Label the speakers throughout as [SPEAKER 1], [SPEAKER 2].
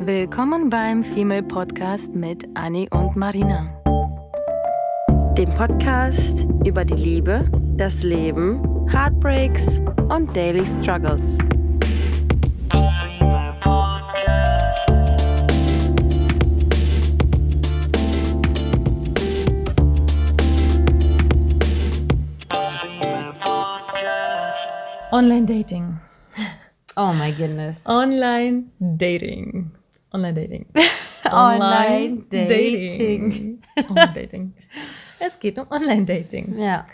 [SPEAKER 1] Willkommen beim Female Podcast mit Annie und Marina.
[SPEAKER 2] dem Podcast über die Liebe, das Leben, Heartbreaks und Daily Struggles.
[SPEAKER 1] Online Dating.
[SPEAKER 2] Oh my goodness.
[SPEAKER 1] Online Dating. Online Dating.
[SPEAKER 2] Online Dating.
[SPEAKER 1] Online Dating. Es geht um Online Dating.
[SPEAKER 2] Ja.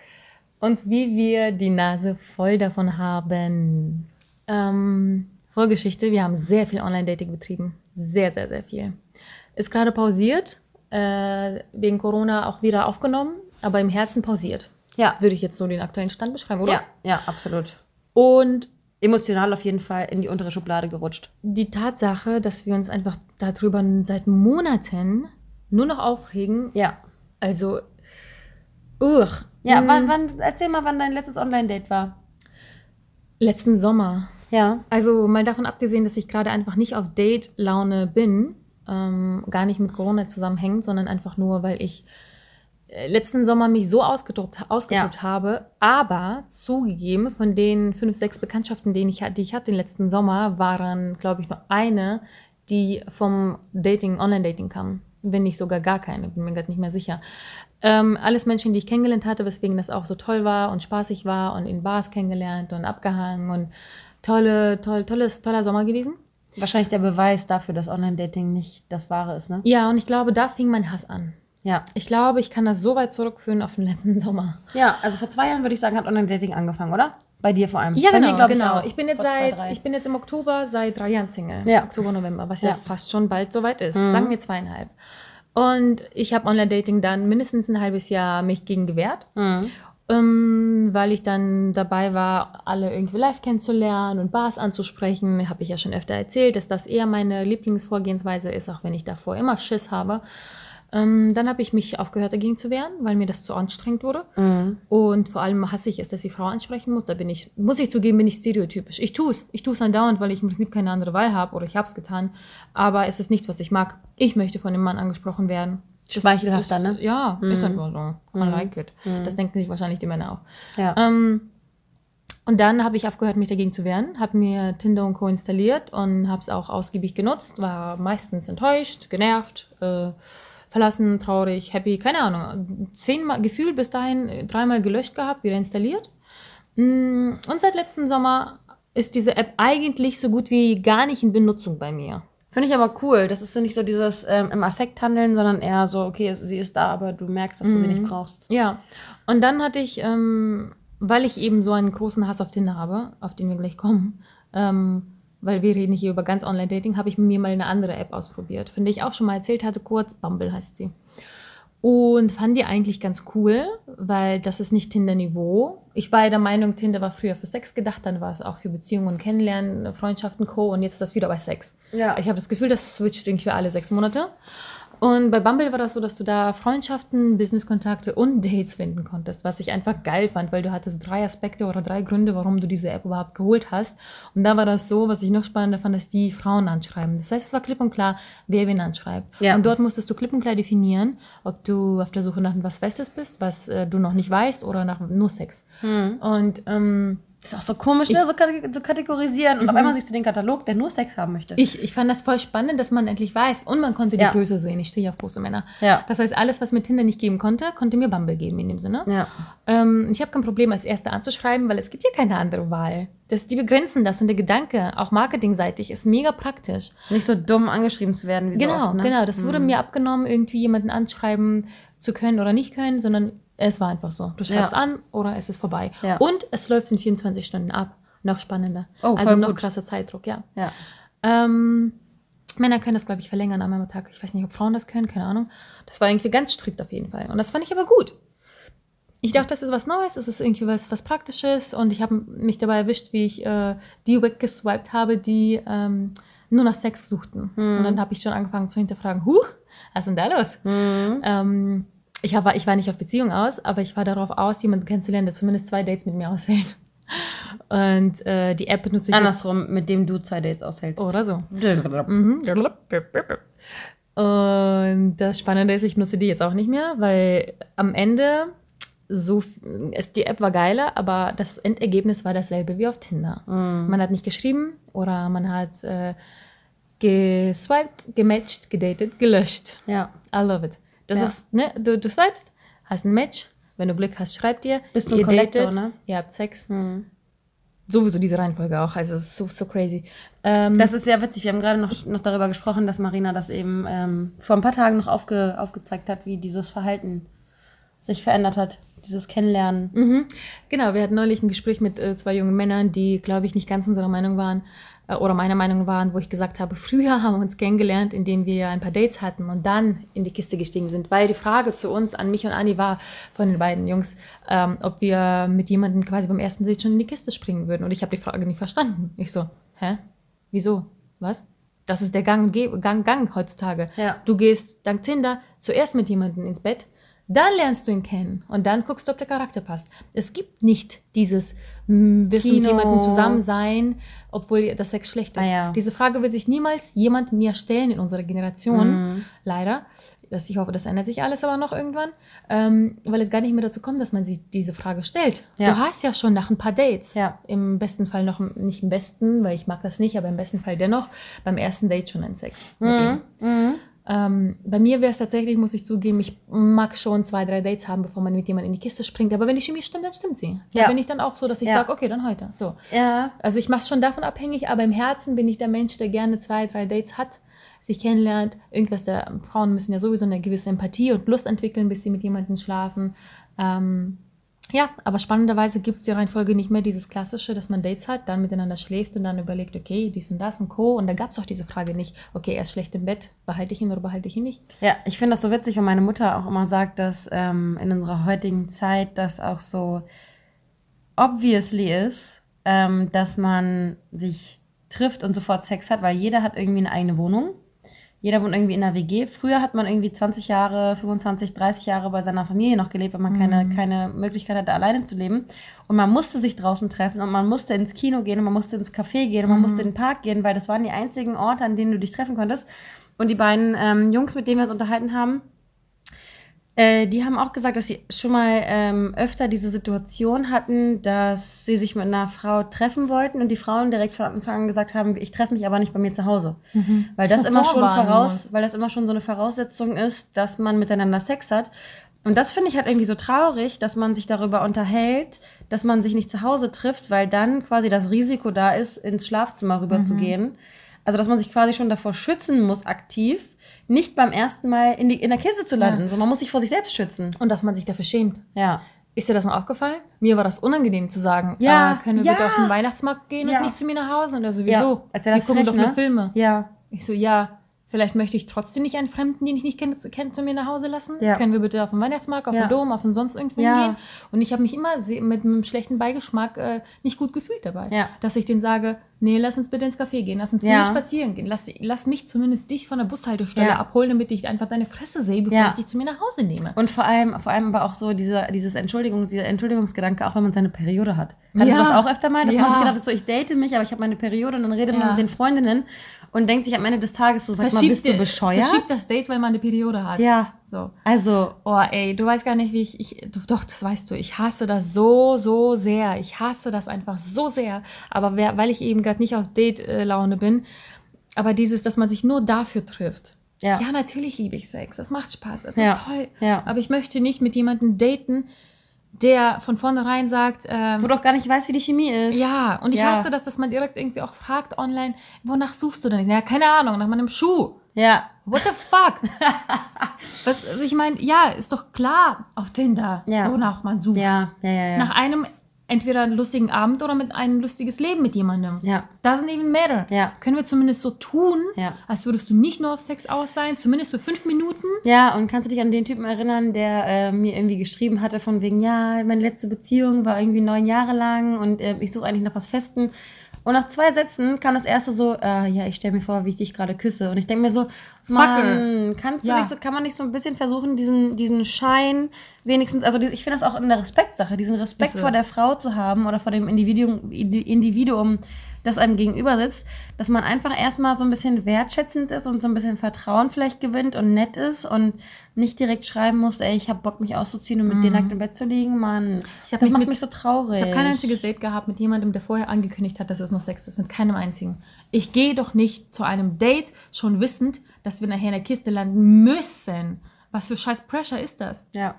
[SPEAKER 1] Und wie wir die Nase voll davon haben. Ähm, Vorgeschichte, wir haben sehr viel Online-Dating betrieben. Sehr, sehr, sehr viel. Ist gerade pausiert, äh, wegen Corona auch wieder aufgenommen, aber im Herzen pausiert.
[SPEAKER 2] Ja.
[SPEAKER 1] Würde ich jetzt so den aktuellen Stand beschreiben, oder?
[SPEAKER 2] Ja, ja, absolut.
[SPEAKER 1] Und
[SPEAKER 2] Emotional auf jeden Fall in die untere Schublade gerutscht.
[SPEAKER 1] die Tatsache, dass wir uns einfach darüber seit Monaten nur noch aufregen,
[SPEAKER 2] Ja. Mhm.
[SPEAKER 1] also, uch.
[SPEAKER 2] Ja,
[SPEAKER 1] Mm,
[SPEAKER 2] wann, wann, erzähl mal, wann dein letztes Online-Date war.
[SPEAKER 1] letzten Sommer.
[SPEAKER 2] Ja.
[SPEAKER 1] Also mal davon abgesehen, dass ich gerade einfach nicht auf Date-Laune bin, ähm, gar nicht mit Corona zusammenhängt, sondern einfach nur, weil ich äh, letzten Sommer mich so ausgetobt, ausgetobt habe. Aber zugegeben, von den fünf, sechs Bekanntschaften, denen ich, hat- die ich hatte den letzten Sommer, waren, glaube ich, nur eine, die vom Dating, Online-Dating kam. Wenn nicht sogar gar keine, bin mir gerade nicht mehr sicher. Ähm, alles Menschen, die ich kennengelernt hatte, weswegen das auch so toll war und spaßig war und in Bars kennengelernt und abgehangen und tolle, toll, tolles, toller Sommer gewesen.
[SPEAKER 2] Wahrscheinlich der Beweis dafür, dass Online-Dating nicht das Wahre ist, ne?
[SPEAKER 1] Ja, und ich glaube, da fing mein Hass an.
[SPEAKER 2] Ja.
[SPEAKER 1] Ich glaube, ich kann das so weit zurückführen auf den letzten Sommer.
[SPEAKER 2] Ja, also vor zwei Jahren würde ich sagen, hat Online-Dating angefangen, oder? Bei dir vor allem.
[SPEAKER 1] Ja,
[SPEAKER 2] Bei
[SPEAKER 1] genau,
[SPEAKER 2] mir, glaub
[SPEAKER 1] genau.
[SPEAKER 2] auch.
[SPEAKER 1] Ich, bin jetzt
[SPEAKER 2] Vor zwei,
[SPEAKER 1] seit,
[SPEAKER 2] drei.
[SPEAKER 1] ich bin jetzt im Oktober seit drei Jahren Single.
[SPEAKER 2] Ja.
[SPEAKER 1] Oktober, November, was ja,
[SPEAKER 2] Ja. Mhm.
[SPEAKER 1] fast schon bald soweit ist. Sagen wir zweieinhalb. Und ich habe Online-Dating dann mindestens ein halbes Jahr mich gegen gewehrt.
[SPEAKER 2] Mhm.
[SPEAKER 1] Ähm, weil ich dann dabei war, alle irgendwie live kennenzulernen und Bars anzusprechen. Habe ich ja schon öfter erzählt, dass das eher meine Lieblingsvorgehensweise ist, auch wenn ich davor immer Schiss habe. Ähm, dann habe ich mich aufgehört, dagegen zu wehren, weil mir das zu anstrengend wurde.
[SPEAKER 2] Mhm.
[SPEAKER 1] Und vor allem hasse ich es, dass die Frau ansprechen muss. Da bin ich, muss ich zugeben, bin ich stereotypisch. Ich tue es. Ich tue es andauernd, weil ich im Prinzip keine andere Wahl habe oder ich habe es getan. Aber es ist nichts, was ich mag. Ich möchte von dem Mann angesprochen werden. Das
[SPEAKER 2] Schmeichelhafter,
[SPEAKER 1] ist,
[SPEAKER 2] ne?
[SPEAKER 1] Ja, ist
[SPEAKER 2] Mhm.
[SPEAKER 1] einfach so. I
[SPEAKER 2] Mhm.
[SPEAKER 1] like it. Das denken sich wahrscheinlich die Männer auch.
[SPEAKER 2] Ja.
[SPEAKER 1] Ähm, und dann habe ich aufgehört, mich dagegen zu wehren, habe mir Tinder und Co. installiert und habe es auch ausgiebig genutzt, war meistens enttäuscht, genervt, äh, verlassen, traurig, happy, keine Ahnung. Zehnmal Gefühl bis dahin äh, dreimal gelöscht gehabt, wieder installiert. Mm, Und seit letzten Sommer ist diese App eigentlich so gut wie gar nicht in Benutzung bei mir.
[SPEAKER 2] Finde ich aber cool. Das ist so nicht so dieses ähm, im Affekt handeln, sondern eher so, okay, es- sie ist da, aber du merkst, dass du sie
[SPEAKER 1] Mhm.
[SPEAKER 2] nicht brauchst.
[SPEAKER 1] Ja, und dann hatte ich, ähm, weil ich eben so einen großen Hass auf Tinder habe, auf den wir gleich kommen, ähm, weil wir reden hier über ganz Online-Dating, habe ich mir mal eine andere App ausprobiert, von der ich auch schon mal erzählt hatte, kurz, Bumble heißt sie. Und fand die eigentlich ganz cool, weil das ist nicht Tinder-Niveau. Ich war ja der Meinung, Tinder war früher für Sex gedacht, dann war es auch für Beziehungen und Kennenlernen, Freundschaften, Co. Und jetzt ist das wieder bei Sex.
[SPEAKER 2] Ja.
[SPEAKER 1] Ich habe das Gefühl, das switcht irgendwie alle sechs Monate. Und bei Bumble war das so, dass du da Freundschaften, Businesskontakte und Dates finden konntest, was ich einfach geil fand, weil du hattest drei Aspekte oder drei Gründe, warum du diese App überhaupt geholt hast. Und da war das so, was ich noch spannender fand, dass die Frauen anschreiben. Das heißt, es war klipp und klar, wer wen anschreibt.
[SPEAKER 2] Ja.
[SPEAKER 1] Und dort musstest du klipp und klar definieren, ob du auf der Suche nach was Festes bist, was äh, du noch nicht weißt oder nach nur Sex. Und ähm,
[SPEAKER 2] hm. Ist auch so komisch,
[SPEAKER 1] Ich- Mhm.
[SPEAKER 2] ne? So, kate- so kategorisieren. Und auf einmal siehst du den Katalog, der nur Sex haben möchte.
[SPEAKER 1] Ich, ich fand das voll spannend, dass man endlich weiß. Und man konnte die
[SPEAKER 2] Ja.
[SPEAKER 1] Größe sehen. Ich stehe ja auf große Männer.
[SPEAKER 2] Ja.
[SPEAKER 1] Das heißt, alles, was mir Tinder nicht geben konnte, konnte mir Bumble geben in dem Sinne.
[SPEAKER 2] ja.
[SPEAKER 1] Ähm, ich habe kein Problem, als Erste anzuschreiben, weil es gibt hier keine andere Wahl. Das, die begrenzen das und der Gedanke, auch marketingseitig, ist mega praktisch.
[SPEAKER 2] Nicht so dumm angeschrieben zu werden wie
[SPEAKER 1] genau,
[SPEAKER 2] so oft, ne?
[SPEAKER 1] genau. Das wurde mir abgenommen, irgendwie jemanden anschreiben zu können oder nicht können, sondern es war einfach so. Du schreibst
[SPEAKER 2] Ja.
[SPEAKER 1] an oder es ist vorbei.
[SPEAKER 2] Ja.
[SPEAKER 1] Und es läuft in 24 Stunden ab. Noch spannender.
[SPEAKER 2] Oh, voll
[SPEAKER 1] also noch
[SPEAKER 2] gut.
[SPEAKER 1] krasser Zeitdruck, ja.
[SPEAKER 2] Ja.
[SPEAKER 1] Ähm, Männer können das, glaube ich, verlängern an meinem Tag. Ich weiß nicht, ob Frauen das können, keine Ahnung. Das war irgendwie ganz strikt auf jeden Fall. Und das fand ich aber gut. Ich dachte, das ist was Neues, es ist irgendwie was, was Praktisches. Und ich habe mich dabei erwischt, wie ich äh, die weggeswiped habe, die ähm, nur nach Sex suchten. Und dann habe ich schon angefangen zu hinterfragen, huch, was ist denn da los?
[SPEAKER 2] Hm.
[SPEAKER 1] Ähm, ich, hab, ich war nicht auf Beziehung aus, aber ich war darauf aus, jemanden kennenzulernen, der zumindest zwei Dates mit mir aushält. Und äh, die App benutze ich jetzt.
[SPEAKER 2] Andersrum, mit dem du zwei Dates aushältst.
[SPEAKER 1] Oder so.
[SPEAKER 2] Mhm.
[SPEAKER 1] Mhm. Und das Spannende ist, ich nutze die jetzt auch nicht mehr, weil am Ende so f- es, die App war geiler, aber das Endergebnis war dasselbe wie auf Tinder.
[SPEAKER 2] Hm.
[SPEAKER 1] Man hat nicht geschrieben oder man hat äh, geswiped, gematcht, gedatet, gelöscht.
[SPEAKER 2] Ja.
[SPEAKER 1] I love it. Das
[SPEAKER 2] Ja.
[SPEAKER 1] ist, ne, du, du swipest, hast ein Match, wenn du Glück hast, schreibt dir.
[SPEAKER 2] Bist du ein Collector, ne?
[SPEAKER 1] Ihr habt Sex.
[SPEAKER 2] Hm.
[SPEAKER 1] Sowieso diese Reihenfolge auch, also es ist so, so crazy. Ähm,
[SPEAKER 2] Das ist sehr witzig. Wir haben gerade noch, noch darüber gesprochen, dass Marina das eben ähm, vor ein paar Tagen noch aufge, aufgezeigt hat, wie dieses Verhalten sich verändert hat. Dieses Kennenlernen.
[SPEAKER 1] Mhm. Genau, wir hatten neulich ein Gespräch mit äh, zwei jungen Männern, die, glaube ich, nicht ganz unserer Meinung waren äh, oder meiner Meinung waren, wo ich gesagt habe, früher haben wir uns kennengelernt, indem wir ein paar Dates hatten und dann in die Kiste gestiegen sind, weil die Frage zu uns, an mich und Anni war von den beiden Jungs, ähm, ob wir mit jemandem quasi beim ersten Date schon in die Kiste springen würden. Und ich habe die Frage nicht verstanden. Ich so, hä? Wieso? Was? Das ist der Gang, und Ge- Gang, Gang heutzutage.
[SPEAKER 2] Ja.
[SPEAKER 1] Du gehst dank Tinder zuerst mit jemandem ins Bett, dann lernst du ihn kennen und dann guckst du, ob der Charakter passt. Es gibt nicht dieses, hm, wirst du mit
[SPEAKER 2] Kino.
[SPEAKER 1] jemandem zusammen sein, obwohl das Sex schlecht ist.
[SPEAKER 2] Ah, ja.
[SPEAKER 1] Diese Frage wird sich niemals jemand mir stellen in unserer
[SPEAKER 2] Mhm.
[SPEAKER 1] Generation, leider. Das, ich hoffe, das ändert sich alles aber noch irgendwann, ähm, weil es gar nicht mehr dazu kommt, dass man sich diese Frage stellt.
[SPEAKER 2] Ja.
[SPEAKER 1] Du hast ja schon nach ein paar Dates,
[SPEAKER 2] Ja.
[SPEAKER 1] im besten Fall noch, nicht im besten, weil ich mag das nicht, aber im besten Fall dennoch, beim ersten Date schon einen Sex. mit ihm.
[SPEAKER 2] Mhm.
[SPEAKER 1] Ähm, bei mir wäre es tatsächlich, muss ich zugeben, ich mag schon zwei, drei Dates haben, bevor man mit jemandem in die Kiste springt. Aber wenn die Chemie stimmt, dann stimmt sie. Da
[SPEAKER 2] Ja.
[SPEAKER 1] bin ich dann auch so, dass ich
[SPEAKER 2] Ja.
[SPEAKER 1] sage, okay, dann heute. So.
[SPEAKER 2] Ja.
[SPEAKER 1] Also ich mache es schon davon abhängig, aber im Herzen bin ich der Mensch, der gerne zwei, drei Dates hat, sich kennenlernt. Irgendwas der Frauen müssen ja sowieso eine gewisse Empathie und Lust entwickeln, bis sie mit jemandem schlafen. Ähm, ja, aber spannenderweise gibt es die Reihenfolge nicht mehr dieses klassische, dass man Dates hat, dann miteinander schläft und dann überlegt, okay, dies und das und Co. Und da gab es auch diese Frage nicht, okay, er ist schlecht im Bett, behalte ich ihn oder behalte ich ihn nicht.
[SPEAKER 2] Ja, ich finde das so witzig, wenn meine Mutter auch immer sagt, dass ähm, in unserer heutigen Zeit das auch so obviously ist, ähm, dass man sich trifft und sofort Sex hat, weil jeder hat irgendwie eine eigene Wohnung. Jeder wohnt irgendwie in einer WG. Früher hat man irgendwie 20 Jahre, 25, 30 Jahre bei seiner Familie noch gelebt, wenn man keine, keine Möglichkeit hatte, alleine zu leben. Und man musste sich draußen treffen und man musste ins Kino gehen und man musste ins Café gehen und man musste in den Park gehen, weil das waren die einzigen Orte, an denen du dich treffen konntest. Und die beiden ähm, Jungs, mit denen wir uns unterhalten haben, äh, die haben auch gesagt, dass sie schon mal ähm, öfter diese Situation hatten, dass sie sich mit einer Frau treffen wollten und die Frauen direkt von Anfang an gesagt haben, ich treffe mich aber nicht bei mir zu Hause. Weil das
[SPEAKER 1] man
[SPEAKER 2] immer schon
[SPEAKER 1] vorwarnen
[SPEAKER 2] voraus,
[SPEAKER 1] muss.
[SPEAKER 2] weil das immer schon so eine Voraussetzung ist, dass man miteinander Sex hat. Und das finde ich halt irgendwie so traurig, dass man sich darüber unterhält, dass man sich nicht zu Hause trifft, weil dann quasi das Risiko da ist, ins Schlafzimmer rüberzugehen. Also, dass man sich quasi schon davor schützen muss, aktiv, nicht beim ersten Mal in, die, in der Kiste zu landen. So, man muss sich vor sich selbst schützen.
[SPEAKER 1] Und dass man sich dafür schämt.
[SPEAKER 2] Ja.
[SPEAKER 1] Ist dir das mal aufgefallen? Mir war das unangenehm zu sagen,
[SPEAKER 2] Ja,
[SPEAKER 1] äh, können wir
[SPEAKER 2] ja.
[SPEAKER 1] bitte auf den Weihnachtsmarkt gehen
[SPEAKER 2] Ja.
[SPEAKER 1] und nicht zu mir nach Hause? Oder sowieso.
[SPEAKER 2] Ja, als wär das
[SPEAKER 1] wir gucken
[SPEAKER 2] frech,
[SPEAKER 1] doch nur
[SPEAKER 2] ne?
[SPEAKER 1] Filme.
[SPEAKER 2] Ja.
[SPEAKER 1] Ich so, ja, vielleicht möchte ich trotzdem nicht einen Fremden, den ich nicht kenne, zu, kenne, zu mir nach Hause lassen.
[SPEAKER 2] Ja.
[SPEAKER 1] Können wir bitte auf den Weihnachtsmarkt, auf
[SPEAKER 2] Ja.
[SPEAKER 1] den Dom, auf den sonst irgendwen
[SPEAKER 2] Ja.
[SPEAKER 1] gehen? Und ich habe mich immer se- mit einem schlechten Beigeschmack äh, nicht gut gefühlt dabei.
[SPEAKER 2] Ja.
[SPEAKER 1] Dass ich denen sage, nee, lass uns bitte ins Café gehen, lass uns zu
[SPEAKER 2] Ja.
[SPEAKER 1] mir spazieren gehen, lass, lass mich zumindest dich von der Bushaltestelle
[SPEAKER 2] Ja.
[SPEAKER 1] abholen, damit ich einfach deine Fresse sehe, bevor
[SPEAKER 2] Ja.
[SPEAKER 1] ich dich zu mir nach Hause nehme.
[SPEAKER 2] Und vor allem, vor allem aber auch so dieser, dieses Entschuldigung, dieser Entschuldigungsgedanke, auch wenn man seine Periode hat. Hattest
[SPEAKER 1] Ja.
[SPEAKER 2] du das auch öfter mal, dass man
[SPEAKER 1] Ja.
[SPEAKER 2] sich gedacht hat, so ich date mich, aber ich habe meine Periode und dann redet man
[SPEAKER 1] Ja.
[SPEAKER 2] mit den Freundinnen und denkt sich am Ende des Tages so, sag mal, bist du bescheuert?
[SPEAKER 1] verschiebt das Date, weil man eine Periode hat.
[SPEAKER 2] Ja,
[SPEAKER 1] So.
[SPEAKER 2] also,
[SPEAKER 1] Oh, ey, du weißt gar nicht, wie ich, ich. du- Doch, das weißt du. Ich hasse das so, so sehr. Ich hasse das einfach so sehr. Aber wer, weil ich eben gerade nicht auf Date-Laune bin, aber dieses, dass man sich nur dafür trifft.
[SPEAKER 2] Ja.
[SPEAKER 1] ja natürlich liebe ich Sex. Es macht Spaß. Es
[SPEAKER 2] Ja.
[SPEAKER 1] ist toll.
[SPEAKER 2] Ja.
[SPEAKER 1] Aber ich möchte nicht mit jemandem daten, der von vornherein sagt, ähm,
[SPEAKER 2] wo du auch gar nicht weißt, wie die Chemie ist.
[SPEAKER 1] ja, und ich
[SPEAKER 2] Ja.
[SPEAKER 1] hasse das, dass man direkt irgendwie auch fragt online, wonach suchst du denn? Ich sag, Ja, keine Ahnung, nach meinem Schuh.
[SPEAKER 2] Ja,
[SPEAKER 1] What the fuck? Was, also ich meine, ja, ist doch klar auf Tinder,
[SPEAKER 2] Ja.
[SPEAKER 1] wonach man sucht.
[SPEAKER 2] ja, ja, ja. ja.
[SPEAKER 1] Oh Nach einem entweder einen lustigen Abend oder mit einem lustiges Leben mit jemandem.
[SPEAKER 2] Ja.
[SPEAKER 1] Doesn't even matter.
[SPEAKER 2] Ja.
[SPEAKER 1] Können wir zumindest so tun,
[SPEAKER 2] Ja.
[SPEAKER 1] als würdest du nicht nur auf Sex aus sein, zumindest für fünf Minuten.
[SPEAKER 2] Ja, und kannst du dich an den Typen erinnern, der äh, mir irgendwie geschrieben hatte von wegen, ja, meine letzte Beziehung war irgendwie neun Jahre lang und äh, ich suche eigentlich nach was Festen. Und nach zwei Sätzen kam das erste so, äh, ja, ich stelle mir vor, wie ich dich gerade küsse. Und ich denke mir so, Mann, kannst du nicht so, kann man nicht so ein bisschen versuchen, diesen, diesen Schein wenigstens, also die, ich finde das auch eine Respektsache, diesen Respekt
[SPEAKER 1] Ist es.
[SPEAKER 2] vor der Frau zu haben oder vor dem Individuum, Indi- Individuum, das einem gegenüber sitzt, dass man einfach erstmal so ein bisschen wertschätzend ist und so ein bisschen Vertrauen vielleicht gewinnt und nett ist und nicht direkt schreiben muss, ey, ich hab Bock, mich auszuziehen und mit dir nackt im Bett zu liegen, Mann.
[SPEAKER 1] Mhm. Ich hab
[SPEAKER 2] das
[SPEAKER 1] mich
[SPEAKER 2] macht
[SPEAKER 1] mit-
[SPEAKER 2] mich so traurig.
[SPEAKER 1] Ich habe kein einziges Date gehabt mit jemandem, der vorher angekündigt hat, dass es noch Sex ist. Mit keinem einzigen. Ich gehe doch nicht zu einem Date schon wissend, dass wir nachher in der Kiste landen müssen. Was für scheiß Pressure ist das?
[SPEAKER 2] Ja.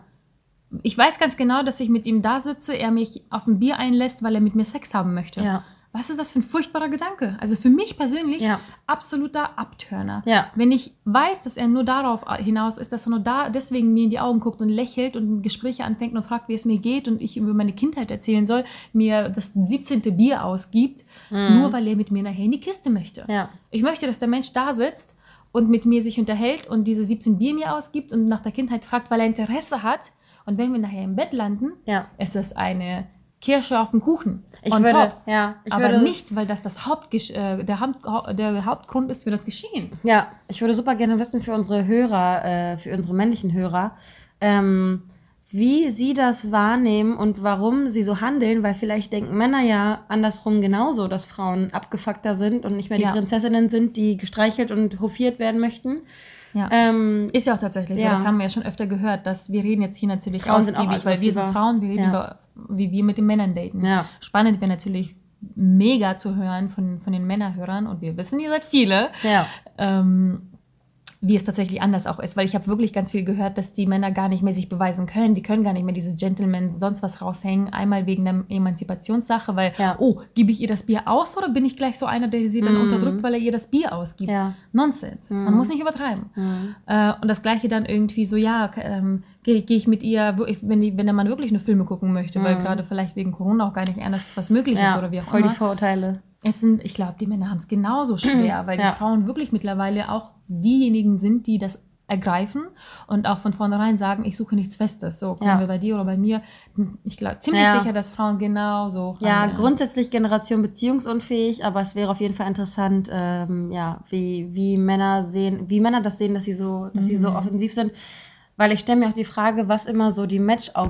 [SPEAKER 1] Ich weiß ganz genau, dass ich mit ihm da sitze, er mich auf ein Bier einlässt, weil er mit mir Sex haben möchte.
[SPEAKER 2] Ja.
[SPEAKER 1] Was ist das für ein furchtbarer Gedanke? Also für mich persönlich
[SPEAKER 2] Ja.
[SPEAKER 1] absoluter Abtörner.
[SPEAKER 2] Ja.
[SPEAKER 1] Wenn ich weiß, dass er nur darauf hinaus ist, dass er nur da deswegen mir in die Augen guckt und lächelt und Gespräche anfängt und fragt, wie es mir geht und ich über meine Kindheit erzählen soll, mir das 17. Bier ausgibt,
[SPEAKER 2] Mhm.
[SPEAKER 1] nur weil er mit mir nachher in die Kiste möchte.
[SPEAKER 2] Ja.
[SPEAKER 1] Ich möchte, dass der Mensch da sitzt und mit mir sich unterhält und diese 17 Bier mir ausgibt und nach der Kindheit fragt, weil er Interesse hat. Und wenn wir nachher im Bett landen,
[SPEAKER 2] Ja.
[SPEAKER 1] ist das eine Kirsche auf dem Kuchen.
[SPEAKER 2] Ich
[SPEAKER 1] on
[SPEAKER 2] würde,
[SPEAKER 1] top.
[SPEAKER 2] ja, ich
[SPEAKER 1] aber
[SPEAKER 2] würde,
[SPEAKER 1] nicht, weil das, das Hauptgesch äh, der, Haupt der Hauptgrund ist für das Geschehen.
[SPEAKER 2] Ja, ich würde super gerne wissen für unsere Hörer, äh, für unsere männlichen Hörer, ähm, wie sie das wahrnehmen und warum sie so handeln, weil vielleicht denken Männer ja andersrum genauso, dass Frauen abgefuckter sind und nicht mehr die
[SPEAKER 1] Ja.
[SPEAKER 2] Prinzessinnen sind, die gestreichelt und hofiert werden möchten.
[SPEAKER 1] Ja.
[SPEAKER 2] Ähm,
[SPEAKER 1] Ist ja auch tatsächlich
[SPEAKER 2] Ja.
[SPEAKER 1] so. Das haben wir ja schon öfter gehört, dass wir reden jetzt hier natürlich
[SPEAKER 2] Frauen sind auch
[SPEAKER 1] ausgiebig, weil wir sind
[SPEAKER 2] aggressiver.
[SPEAKER 1] Frauen, wir reden
[SPEAKER 2] Ja.
[SPEAKER 1] über, wie wir mit den Männern daten.
[SPEAKER 2] Ja.
[SPEAKER 1] Spannend wäre natürlich mega zu hören von, von den Männerhörern und wir wissen, ihr seid viele,
[SPEAKER 2] ja,
[SPEAKER 1] ähm, wie es tatsächlich anders auch ist, weil ich habe wirklich ganz viel gehört, dass die Männer gar nicht mehr sich beweisen können, die können gar nicht mehr dieses Gentleman sonst was raushängen, einmal wegen der Emanzipationssache, weil,
[SPEAKER 2] Ja.
[SPEAKER 1] oh, gebe ich ihr das Bier aus oder bin ich gleich so einer, der sie dann
[SPEAKER 2] Mhm.
[SPEAKER 1] unterdrückt, weil er ihr das Bier ausgibt?
[SPEAKER 2] ja.
[SPEAKER 1] Nonsens. Man
[SPEAKER 2] Mhm.
[SPEAKER 1] muss nicht übertreiben.
[SPEAKER 2] Mhm.
[SPEAKER 1] Äh, und das gleiche dann irgendwie so, ja, k- ähm, gehe geh ich mit ihr, wo- wenn, die, wenn der Mann wirklich nur Filme gucken möchte, weil
[SPEAKER 2] Mhm.
[SPEAKER 1] gerade vielleicht wegen Corona auch gar nicht anders was möglich ist
[SPEAKER 2] ja.
[SPEAKER 1] oder wie auch
[SPEAKER 2] voll
[SPEAKER 1] immer.
[SPEAKER 2] die Vorurteile.
[SPEAKER 1] Es sind, ich glaube, die Männer haben es genauso schwer, weil
[SPEAKER 2] Mhm. Ja.
[SPEAKER 1] die Frauen wirklich mittlerweile auch diejenigen sind, die das ergreifen und auch von vornherein sagen, ich suche nichts Festes. So, kommen
[SPEAKER 2] Ja.
[SPEAKER 1] wir bei dir oder bei mir. Hm, Ich glaube, ziemlich
[SPEAKER 2] Ja.
[SPEAKER 1] sicher, dass Frauen genauso
[SPEAKER 2] Ja,
[SPEAKER 1] handeln.
[SPEAKER 2] grundsätzlich Generation beziehungsunfähig, aber es wäre auf jeden Fall interessant, ähm, ja, wie, wie Männer sehen, wie Männer das sehen, dass sie so, dass sie so
[SPEAKER 1] Mhm.
[SPEAKER 2] offensiv sind. Weil ich stelle mir auch die Frage, was immer so die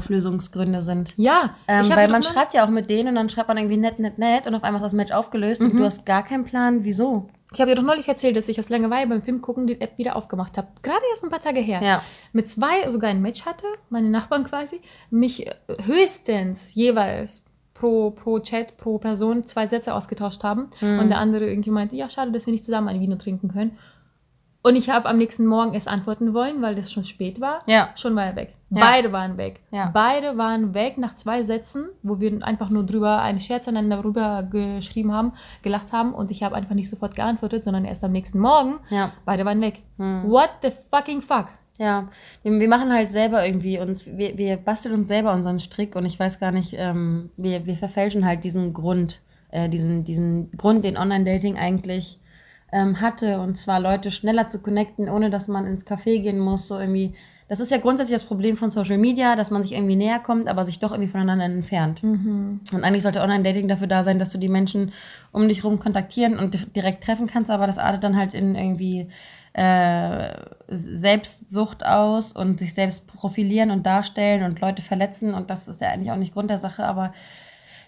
[SPEAKER 2] Match-Auflösungsgründe sind.
[SPEAKER 1] Ja,
[SPEAKER 2] Ähm,
[SPEAKER 1] ich hab
[SPEAKER 2] weil man
[SPEAKER 1] drüber-
[SPEAKER 2] schreibt ja auch mit denen und dann schreibt man irgendwie nett, nett, nett und auf einmal ist das Match aufgelöst und
[SPEAKER 1] Mhm.
[SPEAKER 2] du hast gar keinen Plan, wieso.
[SPEAKER 1] Ich habe ja doch neulich erzählt, dass ich aus Langeweile beim Film gucken die App wieder aufgemacht habe. Gerade erst ein paar Tage her.
[SPEAKER 2] Ja.
[SPEAKER 1] Mit zwei sogar ein Match hatte, meine Nachbarn quasi, mich äh, höchstens jeweils pro, pro Chat, pro Person zwei Sätze ausgetauscht haben.
[SPEAKER 2] Mhm.
[SPEAKER 1] Und der andere irgendwie meinte, ja, schade, dass wir nicht zusammen ein Vino trinken können. Und ich habe am nächsten Morgen erst antworten wollen, weil das schon spät war.
[SPEAKER 2] Ja.
[SPEAKER 1] Schon war er weg.
[SPEAKER 2] Ja.
[SPEAKER 1] Beide waren weg.
[SPEAKER 2] Ja.
[SPEAKER 1] Beide waren weg nach zwei Sätzen, wo wir einfach nur drüber einen Scherz aneinander rüber geschrieben haben, gelacht haben und ich habe einfach nicht sofort geantwortet, sondern erst am nächsten Morgen.
[SPEAKER 2] Ja.
[SPEAKER 1] Beide waren weg.
[SPEAKER 2] Mhm.
[SPEAKER 1] What the fucking fuck?
[SPEAKER 2] Ja, wir, wir machen halt selber irgendwie uns, wir, wir basteln uns selber unseren Strick und ich weiß gar nicht, ähm, wir, wir verfälschen halt diesen Grund, äh, diesen, diesen Grund, den Online-Dating eigentlich ähm, hatte und zwar Leute schneller zu connecten, ohne dass man ins Café gehen muss, so irgendwie. Das ist ja grundsätzlich das Problem von Social Media, dass man sich irgendwie näher kommt, aber sich doch irgendwie voneinander entfernt. Und eigentlich sollte Online-Dating dafür da sein, dass du die Menschen um dich rum kontaktieren und di- direkt treffen kannst, aber das artet dann halt in irgendwie äh, Selbstsucht aus und sich selbst profilieren und darstellen und Leute verletzen und das ist ja eigentlich auch nicht Grund der Sache, aber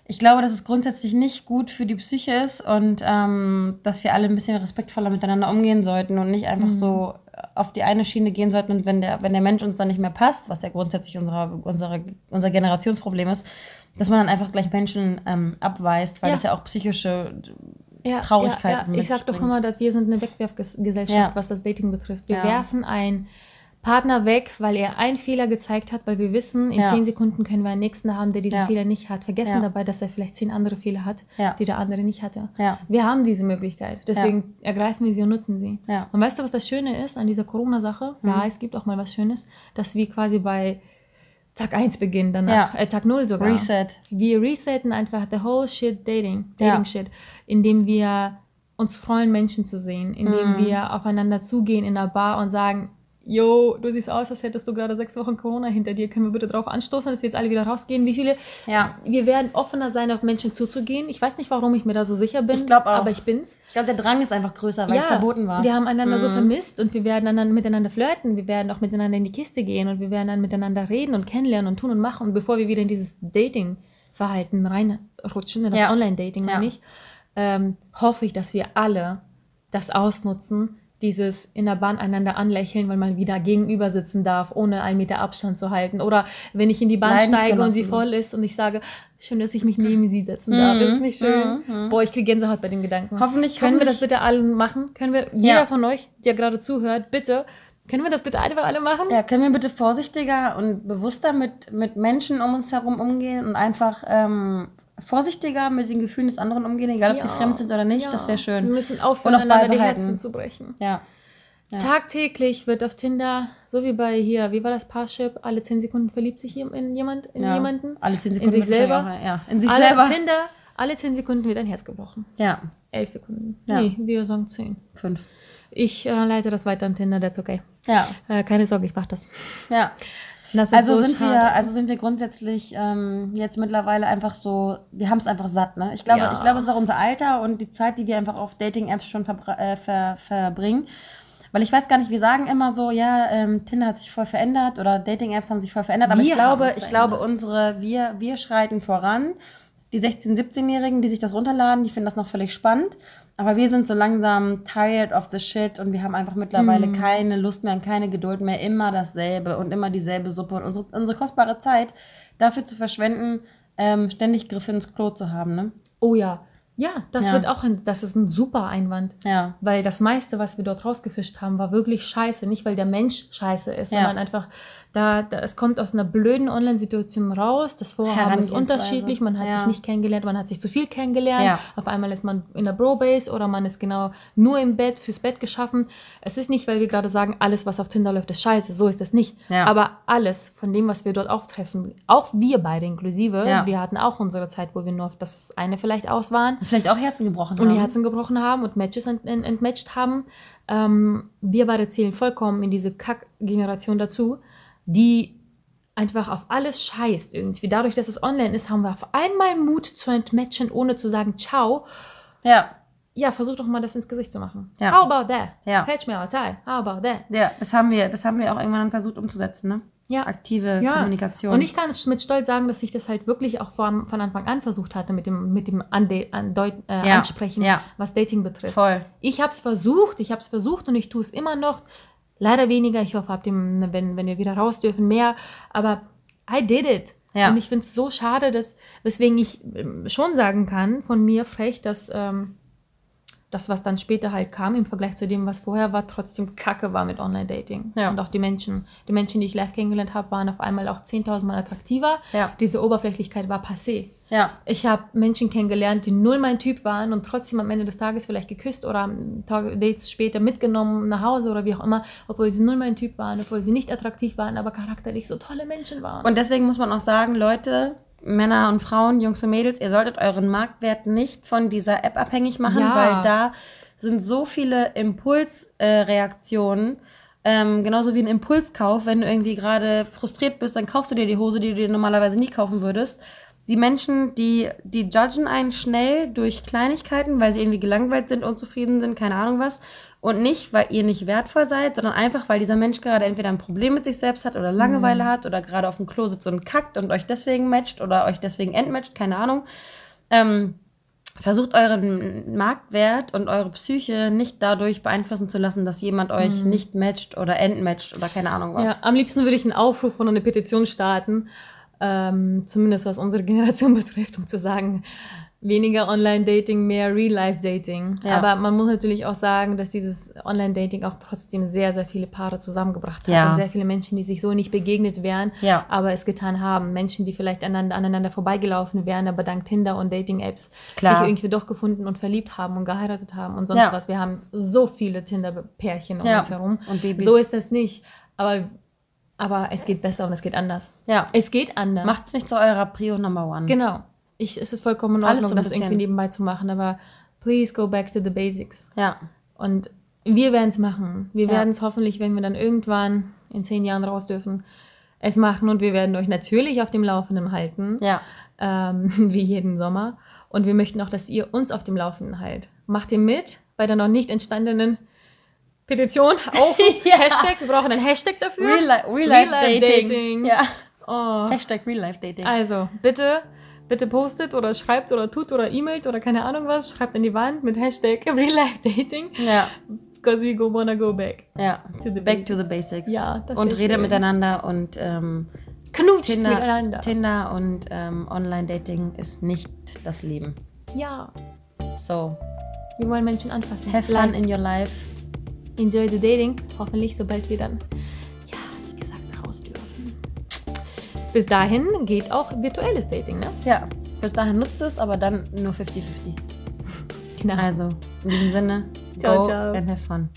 [SPEAKER 2] ich glaube, dass es grundsätzlich nicht gut für die Psyche ist und ähm, dass wir alle ein bisschen respektvoller miteinander umgehen sollten und nicht einfach so auf die eine Schiene gehen sollten und wenn der, wenn der Mensch uns dann nicht mehr passt, was ja grundsätzlich unsere, unsere, unser Generationsproblem ist, dass man dann einfach gleich Menschen ähm, abweist, weil
[SPEAKER 1] Ja.
[SPEAKER 2] das ja auch psychische,
[SPEAKER 1] Ja,
[SPEAKER 2] Traurigkeiten
[SPEAKER 1] Ja,
[SPEAKER 2] mit
[SPEAKER 1] ja. Ich sag
[SPEAKER 2] sich
[SPEAKER 1] doch
[SPEAKER 2] bringt.
[SPEAKER 1] immer, dass wir sind eine Wegwerfgesellschaft,
[SPEAKER 2] Ja.
[SPEAKER 1] was das Dating betrifft. Wir
[SPEAKER 2] Ja.
[SPEAKER 1] werfen einen Partner weg, weil er einen Fehler gezeigt hat, weil wir wissen, in
[SPEAKER 2] Ja.
[SPEAKER 1] zehn Sekunden können wir einen nächsten haben, der diesen
[SPEAKER 2] Ja.
[SPEAKER 1] Fehler nicht hat. Vergessen
[SPEAKER 2] Ja.
[SPEAKER 1] dabei, dass er vielleicht zehn andere Fehler hat,
[SPEAKER 2] Ja.
[SPEAKER 1] die der andere nicht hatte.
[SPEAKER 2] ja,
[SPEAKER 1] Wir haben diese Möglichkeit. Deswegen ergreifen wir sie und nutzen sie.
[SPEAKER 2] ja,
[SPEAKER 1] Und weißt du, was das Schöne ist an dieser Corona-Sache?
[SPEAKER 2] Mhm.
[SPEAKER 1] Ja, es gibt auch mal was Schönes, dass wir quasi bei Tag 1 beginnen, danach,
[SPEAKER 2] Ja.
[SPEAKER 1] äh, Tag 0 sogar.
[SPEAKER 2] Reset.
[SPEAKER 1] Wir resetten einfach the whole shit dating,
[SPEAKER 2] Ja.
[SPEAKER 1] dating shit, indem wir uns freuen, Menschen zu sehen, indem
[SPEAKER 2] Mhm.
[SPEAKER 1] wir aufeinander zugehen in einer Bar und sagen, yo, du siehst aus, als hättest du gerade sechs Wochen Corona hinter dir. Können wir bitte darauf anstoßen, dass wir jetzt alle wieder rausgehen? Wie viele?
[SPEAKER 2] Ja.
[SPEAKER 1] Wir werden offener sein, auf Menschen zuzugehen. Ich weiß nicht, warum ich mir da so sicher bin.
[SPEAKER 2] Ich glaub auch.
[SPEAKER 1] Aber ich bin's.
[SPEAKER 2] Ich glaube, der Drang ist einfach größer, weil es
[SPEAKER 1] Ja,
[SPEAKER 2] verboten war.
[SPEAKER 1] Wir haben einander so
[SPEAKER 2] Mhm.
[SPEAKER 1] vermisst und wir werden einander, miteinander flirten. Wir werden auch miteinander in die Kiste gehen und wir werden dann miteinander reden und kennenlernen und tun und machen. Und bevor wir wieder in dieses Dating-Verhalten reinrutschen, in das
[SPEAKER 2] Ja.
[SPEAKER 1] Online-Dating
[SPEAKER 2] Ja.
[SPEAKER 1] meine ich, ähm, hoffe ich, dass wir alle das ausnutzen, dieses in der Bahn einander anlächeln, weil man wieder gegenüber sitzen darf, ohne einen Meter Abstand zu halten. Oder wenn ich in die Bahn steige und sie
[SPEAKER 2] Leidensgenossen.
[SPEAKER 1] voll ist und ich sage, schön, dass ich mich neben sie setzen darf. Ist nicht schön?
[SPEAKER 2] Mhm.
[SPEAKER 1] Boah, ich kriege Gänsehaut bei dem Gedanken.
[SPEAKER 2] Hoffentlich
[SPEAKER 1] Können wir das
[SPEAKER 2] hoffentlich-
[SPEAKER 1] bitte alle machen? Können wir, jeder
[SPEAKER 2] Ja.
[SPEAKER 1] von euch, der gerade zuhört, bitte, können wir das bitte einfach alle machen?
[SPEAKER 2] Ja, können wir bitte vorsichtiger und bewusster mit, mit Menschen um uns herum umgehen und einfach ähm, vorsichtiger mit den Gefühlen des anderen umgehen, egal ob sie
[SPEAKER 1] Ja.
[SPEAKER 2] fremd sind oder nicht,
[SPEAKER 1] Ja.
[SPEAKER 2] das wäre
[SPEAKER 1] Wir
[SPEAKER 2] schön.
[SPEAKER 1] müssen aufhören,
[SPEAKER 2] Und auch
[SPEAKER 1] einander die
[SPEAKER 2] beibehalten.
[SPEAKER 1] Herzen zu brechen.
[SPEAKER 2] Ja. Ja.
[SPEAKER 1] Tagtäglich wird auf Tinder, so wie bei hier, wie war das Parship, alle 10 Sekunden verliebt sich jem- in jemand, in
[SPEAKER 2] ja.
[SPEAKER 1] jemanden.
[SPEAKER 2] Alle zehn
[SPEAKER 1] In
[SPEAKER 2] Sekunden.
[SPEAKER 1] sich
[SPEAKER 2] wird wahrscheinlich
[SPEAKER 1] selber?
[SPEAKER 2] Auch, ja, in sich
[SPEAKER 1] alle
[SPEAKER 2] selber.
[SPEAKER 1] Tinder, alle 10 Sekunden wird ein Herz gebrochen.
[SPEAKER 2] Ja,
[SPEAKER 1] 11 Sekunden.
[SPEAKER 2] Ja.
[SPEAKER 1] Nee, wir sagen 10.
[SPEAKER 2] fünf.
[SPEAKER 1] Ich äh, leite das weiter an Tinder, that's okay.
[SPEAKER 2] Ja,
[SPEAKER 1] Äh, keine Sorge, ich mach das.
[SPEAKER 2] ja.
[SPEAKER 1] Das ist
[SPEAKER 2] Also
[SPEAKER 1] so
[SPEAKER 2] sind
[SPEAKER 1] schade.
[SPEAKER 2] wir, also sind wir grundsätzlich ähm, jetzt mittlerweile einfach so, wir haben es einfach satt, ne? Ich glaube,
[SPEAKER 1] Ja.
[SPEAKER 2] ich glaube, es ist auch unser Alter und die Zeit, die wir einfach auf Dating-Apps schon verbra- äh, ver verbringen. Weil ich weiß gar nicht, wir sagen immer so, ja, ähm, Tinder hat sich voll verändert oder Dating-Apps haben sich voll verändert, aber
[SPEAKER 1] Wir
[SPEAKER 2] ich glaube,
[SPEAKER 1] haben's
[SPEAKER 2] ich
[SPEAKER 1] verändert.
[SPEAKER 2] glaube, unsere, wir, wir schreiten voran. Die 16-, 17-Jährigen, die sich das runterladen, die finden das noch völlig spannend. Aber wir sind so langsam tired of the shit und wir haben einfach mittlerweile
[SPEAKER 1] Mhm.
[SPEAKER 2] keine Lust mehr und keine Geduld mehr, immer dasselbe und immer dieselbe Suppe und unsere, unsere kostbare Zeit dafür zu verschwenden, ähm, ständig Griffe ins Klo zu haben, ne?
[SPEAKER 1] Oh ja. Ja, das
[SPEAKER 2] Ja.
[SPEAKER 1] wird auch ein, das ist ein super Einwand.
[SPEAKER 2] Ja.
[SPEAKER 1] Weil das meiste, was wir dort rausgefischt haben, war wirklich scheiße. Nicht, weil der Mensch scheiße ist,
[SPEAKER 2] Ja.
[SPEAKER 1] sondern einfach, da, da, es kommt aus einer blöden Online-Situation raus. Das Vorhaben ist
[SPEAKER 2] Herangehensweise.
[SPEAKER 1] unterschiedlich. Man hat
[SPEAKER 2] Ja.
[SPEAKER 1] sich nicht kennengelernt, man hat sich zu viel kennengelernt.
[SPEAKER 2] Ja.
[SPEAKER 1] Auf einmal ist man in der Bro-Base oder man ist genau nur im Bett, fürs Bett geschaffen. Es ist nicht, weil wir gerade sagen, alles, was auf Tinder läuft, ist scheiße. So ist es nicht.
[SPEAKER 2] Ja.
[SPEAKER 1] Aber alles von dem, was wir dort auftreffen, auch wir beide inklusive,
[SPEAKER 2] Ja.
[SPEAKER 1] wir hatten auch unsere Zeit, wo wir nur auf das eine vielleicht aus waren
[SPEAKER 2] Vielleicht auch Herzen gebrochen
[SPEAKER 1] und die
[SPEAKER 2] haben.
[SPEAKER 1] Herzen gebrochen haben und Matches ent ent entmatcht haben. Ähm, wir beide zählen vollkommen in diese Kack-Generation dazu, die einfach auf alles scheißt irgendwie. Dadurch, dass es online ist, haben wir auf einmal Mut zu entmatchen, ohne zu sagen Ciao.
[SPEAKER 2] ja.
[SPEAKER 1] Ja, versuch doch mal, das ins Gesicht zu machen.
[SPEAKER 2] Ja.
[SPEAKER 1] How about that?
[SPEAKER 2] Ja.
[SPEAKER 1] Catch me out time. How about that?
[SPEAKER 2] Ja, das haben wir, das haben wir auch irgendwann versucht umzusetzen, ne?
[SPEAKER 1] Ja.
[SPEAKER 2] Aktive
[SPEAKER 1] Ja.
[SPEAKER 2] Kommunikation.
[SPEAKER 1] Und ich kann mit Stolz sagen, dass ich das halt wirklich auch von, von Anfang an versucht hatte mit dem, mit dem Ande Andeut äh,
[SPEAKER 2] Ja.
[SPEAKER 1] Ansprechen,
[SPEAKER 2] Ja.
[SPEAKER 1] was Dating betrifft.
[SPEAKER 2] voll.
[SPEAKER 1] Ich habe es versucht, ich habe es versucht und ich tue es immer noch. Leider weniger. Ich hoffe, habt ihr, wenn, wenn wir wieder raus dürfen, mehr. Aber I did it.
[SPEAKER 2] Ja.
[SPEAKER 1] Und ich finde es so schade, dass, weswegen ich ähm, schon sagen kann, von mir frech, dass ähm, das, was dann später halt kam, im Vergleich zu dem, was vorher war, trotzdem kacke war mit Online-Dating.
[SPEAKER 2] Ja.
[SPEAKER 1] Und auch die Menschen. Die Menschen, die ich live kennengelernt habe, waren auf einmal auch 10.000 Mal attraktiver.
[SPEAKER 2] Ja.
[SPEAKER 1] Diese Oberflächlichkeit war passé.
[SPEAKER 2] Ja.
[SPEAKER 1] Ich habe Menschen kennengelernt, die null mein Typ waren und trotzdem am Ende des Tages vielleicht geküsst oder am Tag, Dates später mitgenommen nach Hause oder wie auch immer, obwohl sie null mein Typ waren, obwohl sie nicht attraktiv waren, aber charakterlich so tolle Menschen waren.
[SPEAKER 2] Und deswegen muss man auch sagen, Leute, Männer und Frauen, Jungs und Mädels, ihr solltet euren Marktwert nicht von dieser App abhängig machen,
[SPEAKER 1] Ja.
[SPEAKER 2] weil da sind so viele Impulsreaktionen. ähm, genauso wie ein Impulskauf, wenn du irgendwie gerade frustriert bist, dann kaufst du dir die Hose, die du dir normalerweise nie kaufen würdest. Die Menschen, die, die judgen einen schnell durch Kleinigkeiten, weil sie irgendwie gelangweilt sind, unzufrieden sind, keine Ahnung was. Und nicht, weil ihr nicht wertvoll seid, sondern einfach, weil dieser Mensch gerade entweder ein Problem mit sich selbst hat oder Langeweile hat oder gerade auf dem Klo sitzt und kackt und euch deswegen matcht oder euch deswegen entmatcht, keine Ahnung. Ähm, versucht euren Marktwert und eure Psyche nicht dadurch beeinflussen zu lassen, dass jemand euch nicht matcht oder entmatcht oder keine Ahnung was.
[SPEAKER 1] ja, am liebsten würde ich einen Aufruf und eine Petition starten, ähm, zumindest was unsere Generation betrifft, um zu sagen, weniger Online-Dating, mehr Real-Life-Dating.
[SPEAKER 2] Ja.
[SPEAKER 1] Aber man muss natürlich auch sagen, dass dieses Online-Dating auch trotzdem sehr, sehr viele Paare zusammengebracht hat
[SPEAKER 2] Ja.
[SPEAKER 1] und sehr viele Menschen, die sich so nicht begegnet wären,
[SPEAKER 2] Ja.
[SPEAKER 1] aber es getan haben. Menschen, die vielleicht aneinander, aneinander vorbeigelaufen wären, aber dank Tinder und Dating-Apps sich
[SPEAKER 2] Klar.
[SPEAKER 1] irgendwie doch gefunden und verliebt haben und geheiratet haben und sonst
[SPEAKER 2] Ja.
[SPEAKER 1] was. Wir haben so viele Tinder-Pärchen um
[SPEAKER 2] Ja.
[SPEAKER 1] uns herum.
[SPEAKER 2] Und Babys.
[SPEAKER 1] So ist das nicht. Aber, aber es geht besser und es geht anders.
[SPEAKER 2] ja.
[SPEAKER 1] Es geht anders.
[SPEAKER 2] Macht's nicht zu eurer Prio Number One.
[SPEAKER 1] Genau. Ich, es ist vollkommen in
[SPEAKER 2] Alles
[SPEAKER 1] Ordnung,
[SPEAKER 2] so ein
[SPEAKER 1] das
[SPEAKER 2] bisschen.
[SPEAKER 1] irgendwie nebenbei zu machen, aber please go back to the basics.
[SPEAKER 2] Ja.
[SPEAKER 1] Und Wir werden es machen. Wir
[SPEAKER 2] Ja.
[SPEAKER 1] werden es hoffentlich, wenn wir dann irgendwann in zehn Jahren raus dürfen, es machen und wir werden euch natürlich auf dem Laufenden halten,
[SPEAKER 2] Ja.
[SPEAKER 1] ähm, wie jeden Sommer. Und wir möchten auch, dass ihr uns auf dem Laufenden haltet. Macht ihr mit bei der noch nicht entstandenen Petition? Auf
[SPEAKER 2] Ja.
[SPEAKER 1] Hashtag, wir brauchen einen Hashtag dafür.
[SPEAKER 2] Real, li real
[SPEAKER 1] Real
[SPEAKER 2] Life
[SPEAKER 1] Life
[SPEAKER 2] Dating.
[SPEAKER 1] Dating.
[SPEAKER 2] Ja.
[SPEAKER 1] Oh.
[SPEAKER 2] Hashtag Real Life Dating.
[SPEAKER 1] Also, bitte, bitte postet oder schreibt oder tut oder e-mailt oder keine Ahnung was, schreibt in die Wand mit Hashtag Real Life Dating,
[SPEAKER 2] Ja.
[SPEAKER 1] because we go wanna go back
[SPEAKER 2] Ja.
[SPEAKER 1] to the
[SPEAKER 2] Back
[SPEAKER 1] basics.
[SPEAKER 2] to the basics.
[SPEAKER 1] Ja, das
[SPEAKER 2] Und
[SPEAKER 1] wär
[SPEAKER 2] redet
[SPEAKER 1] schön.
[SPEAKER 2] miteinander und ähm,
[SPEAKER 1] Knutscht
[SPEAKER 2] Tinder,
[SPEAKER 1] miteinander.
[SPEAKER 2] Tinder und ähm, Online-Dating ist nicht das Leben.
[SPEAKER 1] Ja,
[SPEAKER 2] So,
[SPEAKER 1] wir wollen Menschen anfassen.
[SPEAKER 2] have fun in your life.
[SPEAKER 1] Enjoy the dating. Hoffentlich, sobald wir dann, ja, wie gesagt, raus dürfen. Bis dahin geht auch virtuelles Dating, ne?
[SPEAKER 2] Ja, bis dahin nutzt es, aber dann nur 50-50.
[SPEAKER 1] Genau.
[SPEAKER 2] Also, in diesem Sinne,
[SPEAKER 1] Ciao,
[SPEAKER 2] go
[SPEAKER 1] ciao.
[SPEAKER 2] and have fun.